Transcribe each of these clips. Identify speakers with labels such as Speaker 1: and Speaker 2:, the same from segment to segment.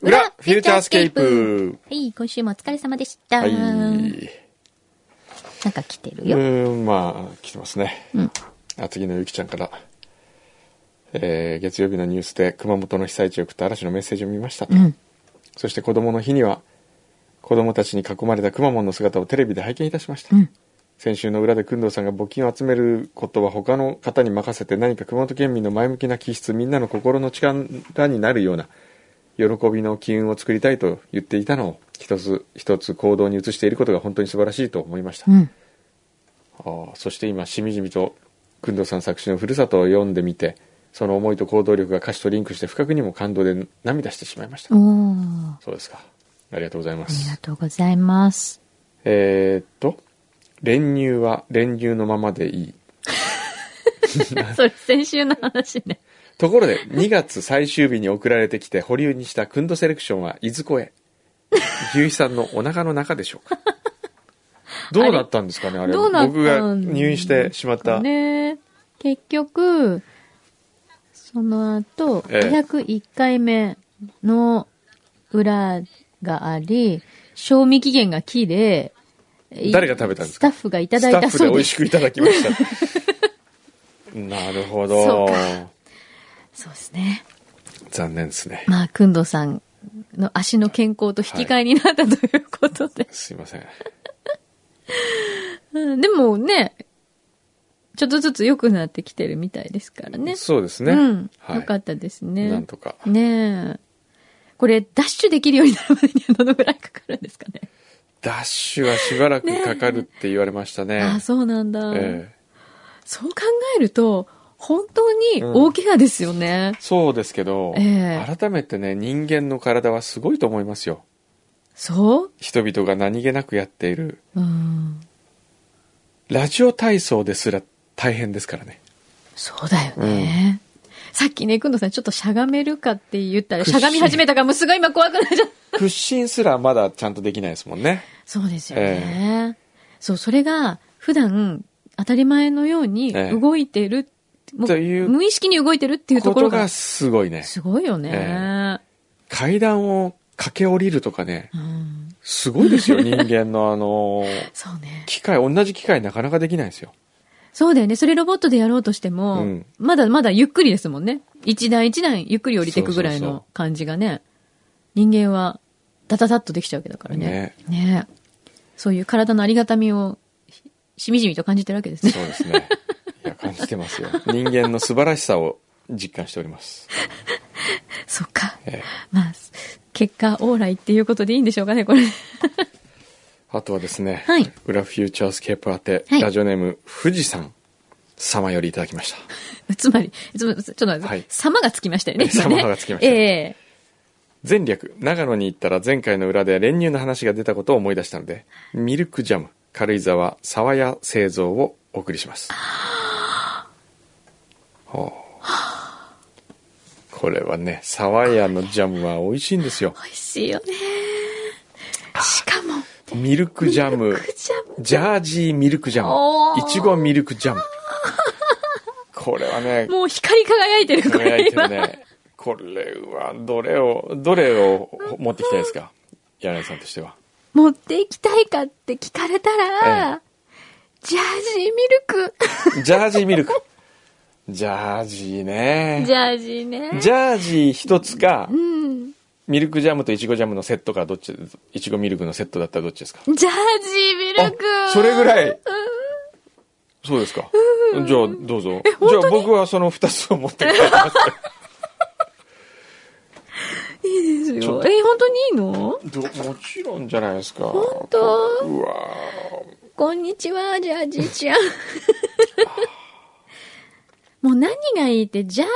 Speaker 1: フューチャースケープ
Speaker 2: はい、今週もお疲れ様でした。
Speaker 1: はい。
Speaker 2: なん
Speaker 1: う
Speaker 2: か来てるよ。
Speaker 1: ーん、まあ、来てますね。厚木のゆきちゃんから、えー月曜日のニュースで熊本の被災地を送った嵐のメッセージを見ましたと。
Speaker 2: うん。
Speaker 1: そして子供の日には、子供たちに囲まれたくまモンの姿をテレビで拝見いたしました。
Speaker 2: うん
Speaker 1: 先週の裏で工藤さんが募金を集めることは他の方に任せて何か熊本県民の前向きな気質みんなの心の力になるような喜びの機運を作りたいと言っていたのを一つ一つ行動に移していることが本当に素晴らしいと思いました、
Speaker 2: うん。
Speaker 1: あーそして今しみじみと工藤さん作詞の「ふるさと」を読んでみてその思いと行動力が歌詞とリンクして不覚にも感動で涙してしまいました、
Speaker 2: おー。あ
Speaker 1: そうですかありがとうございま
Speaker 2: り
Speaker 1: す
Speaker 2: がとうござ います。
Speaker 1: えーっと練乳は練乳のままでいい
Speaker 2: それ先週の話ね。
Speaker 1: ところで、2月最終日に送られてきて保留にしたクンドセレクションは、いずこへ。牛肥さんのお腹の中でしょうか。どうなったんですかね、あれ。
Speaker 2: どうなったん
Speaker 1: 僕が入院してしまった。
Speaker 2: ね結局、その後、
Speaker 1: ええ
Speaker 2: 201回目の裏があり、賞味期限が切れ、い
Speaker 1: 誰が食べたんです
Speaker 2: ス
Speaker 1: か
Speaker 2: タッフがいただい
Speaker 1: ス
Speaker 2: た
Speaker 1: タッフ
Speaker 2: そ
Speaker 1: で
Speaker 2: う
Speaker 1: 美
Speaker 2: で
Speaker 1: 味
Speaker 2: す
Speaker 1: し。くいただきま した。なるほ
Speaker 2: そう
Speaker 1: ど。
Speaker 2: そうですね。
Speaker 1: 残念ですね。
Speaker 2: まあ、くんどさんの足の健康と引き換えになった、ということで。
Speaker 1: すいません。
Speaker 2: うんでもね、ちょっとずつ良くなってきてるみたいですからね。
Speaker 1: そうですね。
Speaker 2: うん。
Speaker 1: はい
Speaker 2: よかったです
Speaker 1: なん
Speaker 2: ね。
Speaker 1: とか。
Speaker 2: ねえ。これ、ダッシュできるようになるまでにはどのぐらいかかるんですかね。
Speaker 1: ダッシュはしばらくかかるって言われましたね。
Speaker 2: ああ、そうなんだ。
Speaker 1: ええ
Speaker 2: そう考えると、本当に大怪我ですよね。
Speaker 1: そうですけど、
Speaker 2: ええ
Speaker 1: 改めてね、人間の体はすごいと思いますよ。
Speaker 2: そう
Speaker 1: 人々が何気なくやっている。
Speaker 2: うん。
Speaker 1: ラジオ体操ですら大変ですからね。
Speaker 2: そうだよね。さっきね、くんどさん、ちょっとしゃがめるかって言ったら、しゃがみ始めたから、もうすごい今怖くなっちゃった。
Speaker 1: 屈伸すらまだちゃんとできないですもんね。
Speaker 2: そうですよね。そう、それが普段当たり前のように
Speaker 1: ええ
Speaker 2: 動いてる、もう
Speaker 1: という
Speaker 2: 無意識に動いてるっていうと
Speaker 1: こ
Speaker 2: ことろ
Speaker 1: が
Speaker 2: が
Speaker 1: すごいね。
Speaker 2: すごいよね。
Speaker 1: 階段を駆け下りるとかね、
Speaker 2: うん、
Speaker 1: すごいです よ、人間のあの、
Speaker 2: そうね。
Speaker 1: 機械、同じ機械なかなかできないですよ。
Speaker 2: そうだよね。それロボットでやろうとしても、
Speaker 1: うん
Speaker 2: まだまだゆっくりですもんね。一段一段ゆっくり降りていくぐら
Speaker 1: そ
Speaker 2: い
Speaker 1: うそう
Speaker 2: の
Speaker 1: そ
Speaker 2: 感じがね。人間はダダダッとできちゃうわけだからね。ねそういう体のありがたみをししみじみと感じてるわけですね。
Speaker 1: そうですね。いや、感じてますよ。人間の素晴らしさを実感しております。
Speaker 2: そっか。
Speaker 1: ええ
Speaker 2: まあ、結果オーライっていうことでいいんでしょうかね、これ。
Speaker 1: あとはですね、
Speaker 2: はい
Speaker 1: 裏フューチャースケープ宛て、
Speaker 2: はい
Speaker 1: ラジオネーム、富士山様よりいただきました。
Speaker 2: つまり、つまりちょっと待って、
Speaker 1: はい
Speaker 2: 様がつきましたよね、
Speaker 1: え
Speaker 2: 今ね
Speaker 1: 様がつきました
Speaker 2: え
Speaker 1: 前略長野に行ったら前回の裏で練乳の話が出たことを思い出したのでミルクジャム軽井沢沢屋製造をお送りしますほうこれはね沢屋のジャムは美味しいんですよ
Speaker 2: え美味しいよね。しかも、
Speaker 1: ミルクジャム
Speaker 2: クジャム。
Speaker 1: ジャージーミルクジャ
Speaker 2: お
Speaker 1: ム
Speaker 2: ー
Speaker 1: いちごミルクジャムこれはね
Speaker 2: もう光り輝いてる、こ
Speaker 1: 輝
Speaker 2: れ
Speaker 1: いて
Speaker 2: 今。
Speaker 1: るね これはどれをどれを持ってきたいですか柳井さんとしては
Speaker 2: 持っていきたいかって聞かれた
Speaker 1: え
Speaker 2: ら、ジャージーミル ク。
Speaker 1: ジャージーミルク。ジャージーね。
Speaker 2: ジャージーね。
Speaker 1: ジャージー一つか、
Speaker 2: うん。
Speaker 1: ミルクジャムとイチゴジャムのセットか、どっち、イチゴミルクのセットだったらどっちですか
Speaker 2: ジャージーミルク。
Speaker 1: あそれぐら
Speaker 2: い。
Speaker 1: い。そうですか。じゃあ、どうぞ。
Speaker 2: 本
Speaker 1: じゃ
Speaker 2: 当に
Speaker 1: あ僕はその二つを持って帰ります。
Speaker 2: いいです
Speaker 1: ちょ
Speaker 2: よ。
Speaker 1: っ
Speaker 2: え本当にいいの
Speaker 1: どもちろんじゃないですか。
Speaker 2: 本当
Speaker 1: うわ
Speaker 2: こんにちは、ジャージーちゃん。もう何がいいって、ジャー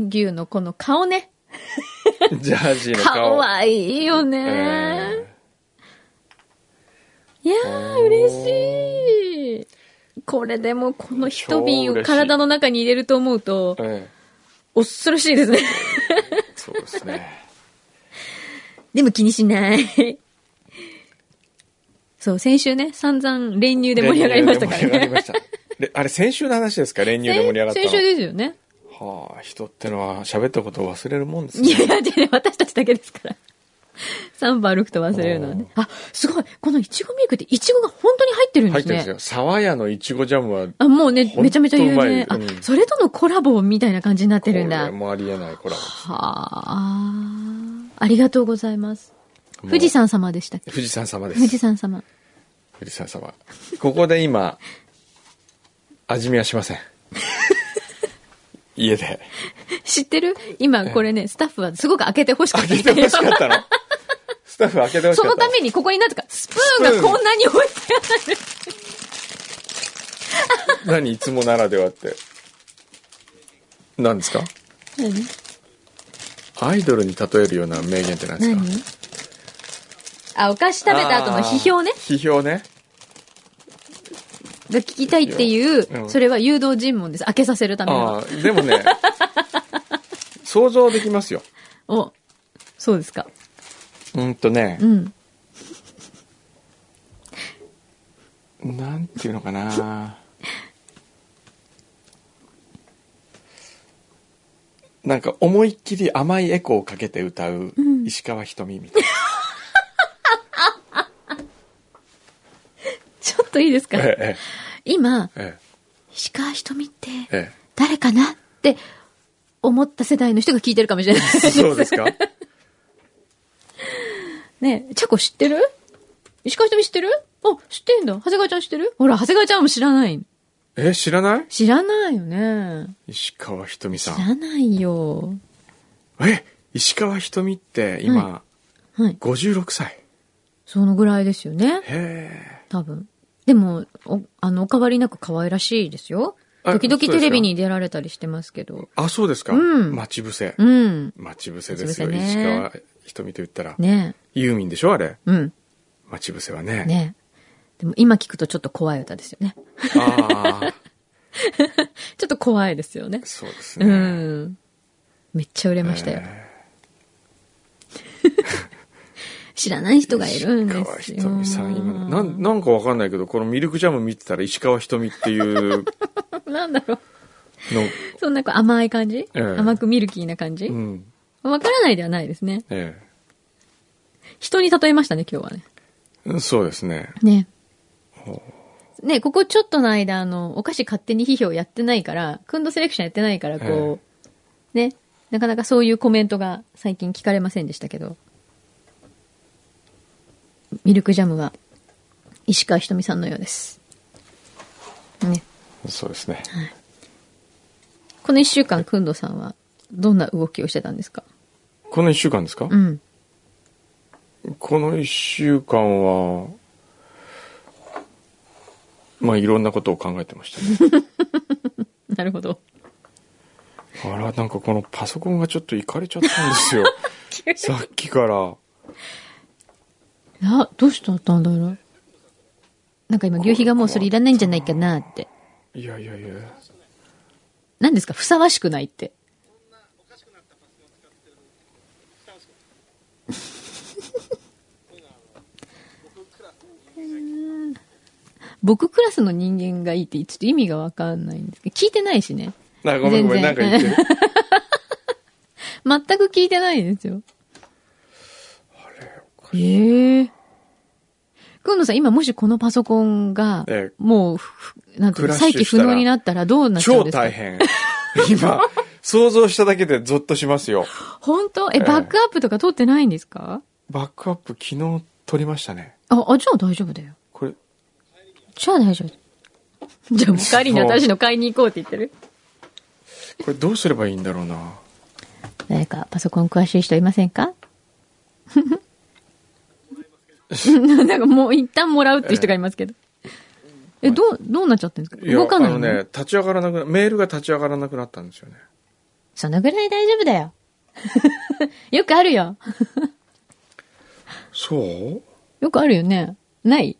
Speaker 2: ジー牛のこの顔ね。
Speaker 1: ージャージーの
Speaker 2: か
Speaker 1: 顔。
Speaker 2: わいいよね。
Speaker 1: え
Speaker 2: いやー、嬉しい。これでもこの一瓶
Speaker 1: 超嬉
Speaker 2: を
Speaker 1: しい
Speaker 2: 体の中に入れると思うと
Speaker 1: ー、え
Speaker 2: 恐ろしいですね。
Speaker 1: えそうですね。
Speaker 2: でも気にしない。そう、先週ね、散々練乳 で盛り上がりましたから
Speaker 1: 練乳で盛り上がり
Speaker 2: ね。
Speaker 1: ましたであれ、先週の話ですか練乳で盛り上がったの
Speaker 2: 先。週ですよね。
Speaker 1: はあ、人ってのは喋ったことを忘れるもんです
Speaker 2: い
Speaker 1: ね
Speaker 2: や。いや、違う私たちだけですから。 3歩歩くと忘れるのはね。あ、すごいこのいちごミルクっていちごが本当に入ってるん
Speaker 1: 入っ
Speaker 2: です
Speaker 1: てるんですよ。
Speaker 2: ね。
Speaker 1: 沢屋のいちごジャムは、
Speaker 2: あ、もうね、めちゃめちゃ有
Speaker 1: ほんとうまい
Speaker 2: 名。あ
Speaker 1: う、ん
Speaker 2: それとのコラボみたいな感じになってるん
Speaker 1: こ
Speaker 2: だ。
Speaker 1: れ
Speaker 2: は
Speaker 1: もありえない、コラ
Speaker 2: あ。ありがとうございます。
Speaker 1: ボ。
Speaker 2: 富士山様でしたっ け
Speaker 1: もう。富士山様です。
Speaker 2: 富士山様。
Speaker 1: 富士山様。ここで今、味見はしま せん。家で。
Speaker 2: 知ってる今これね、スタッフはすごく開けてほしく
Speaker 1: 開
Speaker 2: て
Speaker 1: けてほしかったの。スタッフ開けてほし
Speaker 2: そ
Speaker 1: かった。
Speaker 2: のためにここになんとか、スプーンがこんなに置いてある。
Speaker 1: 何いつもならではって。何ですか
Speaker 2: 何
Speaker 1: アイドルに例えるような名言って何ですか
Speaker 2: 何あ、お菓子食べた後の批評ね
Speaker 1: あ。ー批評ね。
Speaker 2: が聞きたいっていう
Speaker 1: う、ん
Speaker 2: それは誘導尋問です。開けさせるため
Speaker 1: あ
Speaker 2: の。
Speaker 1: あ、でもね、想像できますよ。
Speaker 2: お、そうですか。
Speaker 1: うんとね
Speaker 2: う、ん。
Speaker 1: なんていうのかな。なんか思いっきり甘いエコーをかけて歌う石川ひとみみたい
Speaker 2: ちょっといいですか
Speaker 1: な。ええ
Speaker 2: 今、
Speaker 1: え
Speaker 2: 石川ひとみって
Speaker 1: ええ
Speaker 2: 誰かなって思った世代の人が聞いてるかもしれない
Speaker 1: え。そうですか
Speaker 2: ねえチャコ知ってる石川ひとみ知ってるあ、知ってんだ。長谷川ちゃん知ってるほら、長谷川ちゃんも知らない。
Speaker 1: え、知らない
Speaker 2: 知らないよね。
Speaker 1: 石川ひとみ
Speaker 2: 知
Speaker 1: さん。
Speaker 2: らないよ。
Speaker 1: え、石川ひとみって今、
Speaker 2: はい。
Speaker 1: 56歳。
Speaker 2: そのぐらいですよね。
Speaker 1: へ
Speaker 2: 多分。でも、お、あの、お変わりなく可愛らしいですよ。
Speaker 1: あ
Speaker 2: 時々
Speaker 1: そうですか
Speaker 2: テレビに出られたりしてますけ
Speaker 1: え。
Speaker 2: ど。
Speaker 1: あ、そうですか。
Speaker 2: うん
Speaker 1: 待ち伏せ。
Speaker 2: うん。
Speaker 1: 待ち伏せですよ。
Speaker 2: 待ち伏
Speaker 1: 石
Speaker 2: せね
Speaker 1: 川ひとみと言ったら。
Speaker 2: ね
Speaker 1: ユーミンでしょあれ。
Speaker 2: え。うん。
Speaker 1: 待ち伏せはね。
Speaker 2: ねえ。でも今聞くとちょっと怖い歌ですよね。
Speaker 1: ああ、
Speaker 2: ちょっと怖いですよね。
Speaker 1: そうです
Speaker 2: う
Speaker 1: ね。
Speaker 2: ん。めっちゃ売れましたよ。知らない人がいるんで
Speaker 1: 石川
Speaker 2: す
Speaker 1: ひ
Speaker 2: よ。
Speaker 1: とみさん、今、なん、なんかわかんないけど、このミルクジャム見てたら石川ひとみって いう
Speaker 2: なんだろう。
Speaker 1: の、
Speaker 2: そんなこう甘い感じ、
Speaker 1: ええ
Speaker 2: 甘くミルキーな感じ
Speaker 1: う
Speaker 2: わ、
Speaker 1: ん。
Speaker 2: からないではないですね。
Speaker 1: え
Speaker 2: 人に例えましたね、今日はね。
Speaker 1: え。そうですね。
Speaker 2: ね。ね、ここちょっとの間、あの、お菓子勝手に批評やってないから、クンドセレクションやってないから、こう、ね、なかなかそういうコメントが最近聞かれませんでしたけど、ミルクジャムは、石川ひとみさんのようです。ね。
Speaker 1: そうですね。
Speaker 2: この一週間、クンドさんは、どんな動きをしてたんですか
Speaker 1: この一週間ですか
Speaker 2: うん。
Speaker 1: この一週間は、まあいろんなことを考えてましたね。
Speaker 2: なるほど。
Speaker 1: あら、なんかこのパソコンがちょっといかれちゃったんです よ。さっきから。
Speaker 2: あ、どうしちゃったんだろう。なんか今、牛皮がもうそれいらないんじゃないかなって。
Speaker 1: いやいやいや。
Speaker 2: 何ですかふさわしくないって。 僕クラスの人間がいいって、ちょっと意味がわかんないんですけど、聞いてないしね。
Speaker 1: あごめんごめん、なん
Speaker 2: 全
Speaker 1: か
Speaker 2: 然
Speaker 1: 言 ってる。
Speaker 2: 全く聞いてないですよ。ええくんのさん、今もしこのパソコンが
Speaker 1: ええ、
Speaker 2: もうふ、なんていうの
Speaker 1: クラッ
Speaker 2: 再
Speaker 1: シュ
Speaker 2: 起
Speaker 1: した
Speaker 2: 不
Speaker 1: ら
Speaker 2: 能になったらどうなっちゃうん
Speaker 1: 超
Speaker 2: ですか
Speaker 1: 大変。今、想像しただけでゾッとしますよ。
Speaker 2: 本当え、
Speaker 1: ええ
Speaker 2: バックアップとか取ってないんですか
Speaker 1: バックアップ昨日撮りましたね。
Speaker 2: あ、あ、じゃあ大丈夫だよ。
Speaker 1: これ、
Speaker 2: じゃあ大丈夫。 じゃあもう帰りに私の買いに行こうって言ってる
Speaker 1: これどうすればいいんだろうな。
Speaker 2: 誰かパソコン詳しい人いませんか なんかもう一旦もらうっていう人がいますけど。え、どう、どうなっちゃってるんです
Speaker 1: い
Speaker 2: か
Speaker 1: や、
Speaker 2: 動か
Speaker 1: あ
Speaker 2: ない
Speaker 1: の
Speaker 2: の
Speaker 1: ね、立ち上がらなくな、メールが立ち上がらなくなったんですよね。
Speaker 2: そのぐらい大丈夫だよ。 よくあるよ。
Speaker 1: そう
Speaker 2: よくあるよね。ない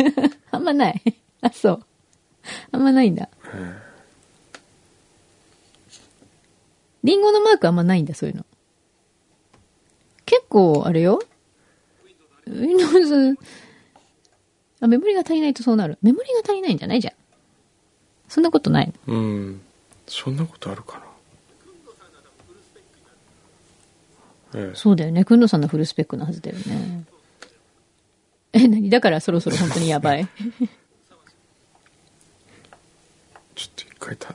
Speaker 2: あんまない。 あ、そう。あんまないんだ。リンゴのマークあんまないんだ、そういうの。結構、あれよ ?Windows。あ、メモリが足りないとそうなる。メモリが足りないんじゃないじゃん。そんなことない。
Speaker 1: うん。そんなことあるかな。えええ
Speaker 2: そうだよね。くんどさんのフルスペックなはずだよね。え、何だからそろそろ本当にやばい。
Speaker 1: ちょっと一回た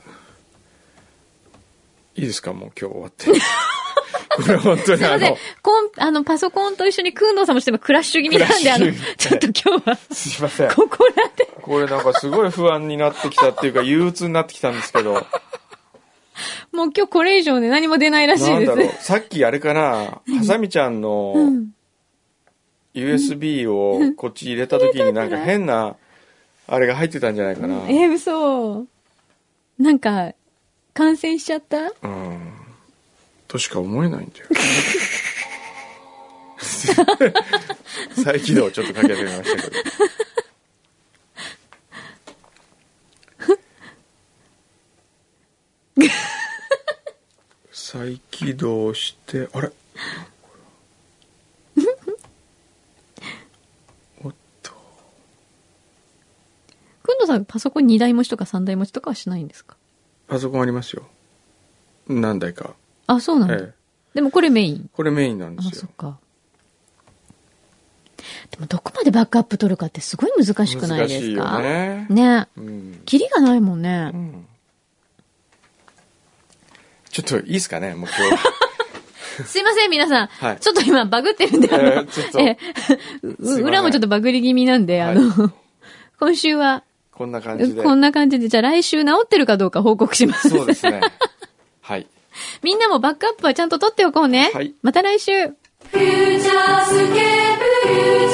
Speaker 1: いいですかもう今日終わって これ本当に
Speaker 2: すい
Speaker 1: あ
Speaker 2: ません
Speaker 1: の。
Speaker 2: コン、あの、パソコンと一緒にくんどさんもしてもクラッシュ気味なんで、あの、
Speaker 1: クラッ
Speaker 2: ち
Speaker 1: シュ
Speaker 2: ょっと今日は、
Speaker 1: すいません
Speaker 2: ここらで、
Speaker 1: これなんかすごい不安になってきたっていうか憂鬱になってきたんですけど
Speaker 2: もう今日これ以上ね、何も出ないらしい
Speaker 1: なん
Speaker 2: で
Speaker 1: だろう
Speaker 2: す。
Speaker 1: さっきあれかなハサミちゃんの
Speaker 2: うん。
Speaker 1: USB をこっち入れた時になんか変なあれが入ってたんじゃないかな
Speaker 2: え、嘘。なんか、感染しちゃった
Speaker 1: うんとしか思えないんだよ再起動ちょっとかけてみましたけど再起動してあれおっと
Speaker 2: くんどさんパソコン2台持ちとか3台持ちとかはしないんですか
Speaker 1: パソコンありますよ何台か、
Speaker 2: あ、そうなんだ。
Speaker 1: ええ、
Speaker 2: でもこれメイン。
Speaker 1: これメインなんで
Speaker 2: あ、
Speaker 1: す
Speaker 2: そ
Speaker 1: よ
Speaker 2: っか。でもどこまでバックアップ取るかってすごい難しくないで
Speaker 1: 難しい
Speaker 2: すか
Speaker 1: よね
Speaker 2: ね。
Speaker 1: うん
Speaker 2: キリがないもんね。
Speaker 1: ちょっといいですかね、もう今 日。
Speaker 2: すいません、皆さん。
Speaker 1: はい
Speaker 2: ちょっと今バグってるんで、あの、
Speaker 1: えーちょっと
Speaker 2: えーう
Speaker 1: すいません
Speaker 2: 裏もちょっとバグり気味なんで、あの、今週は、
Speaker 1: こんな感じで。
Speaker 2: こんな感じで、じゃあ来週治ってるかどうか報告します。
Speaker 1: そうですね。はい。
Speaker 2: みんなもバックアップはちゃんと取っておこうね。
Speaker 1: はい
Speaker 2: また来週。
Speaker 3: 「フューチャースケープフューチャースケープル」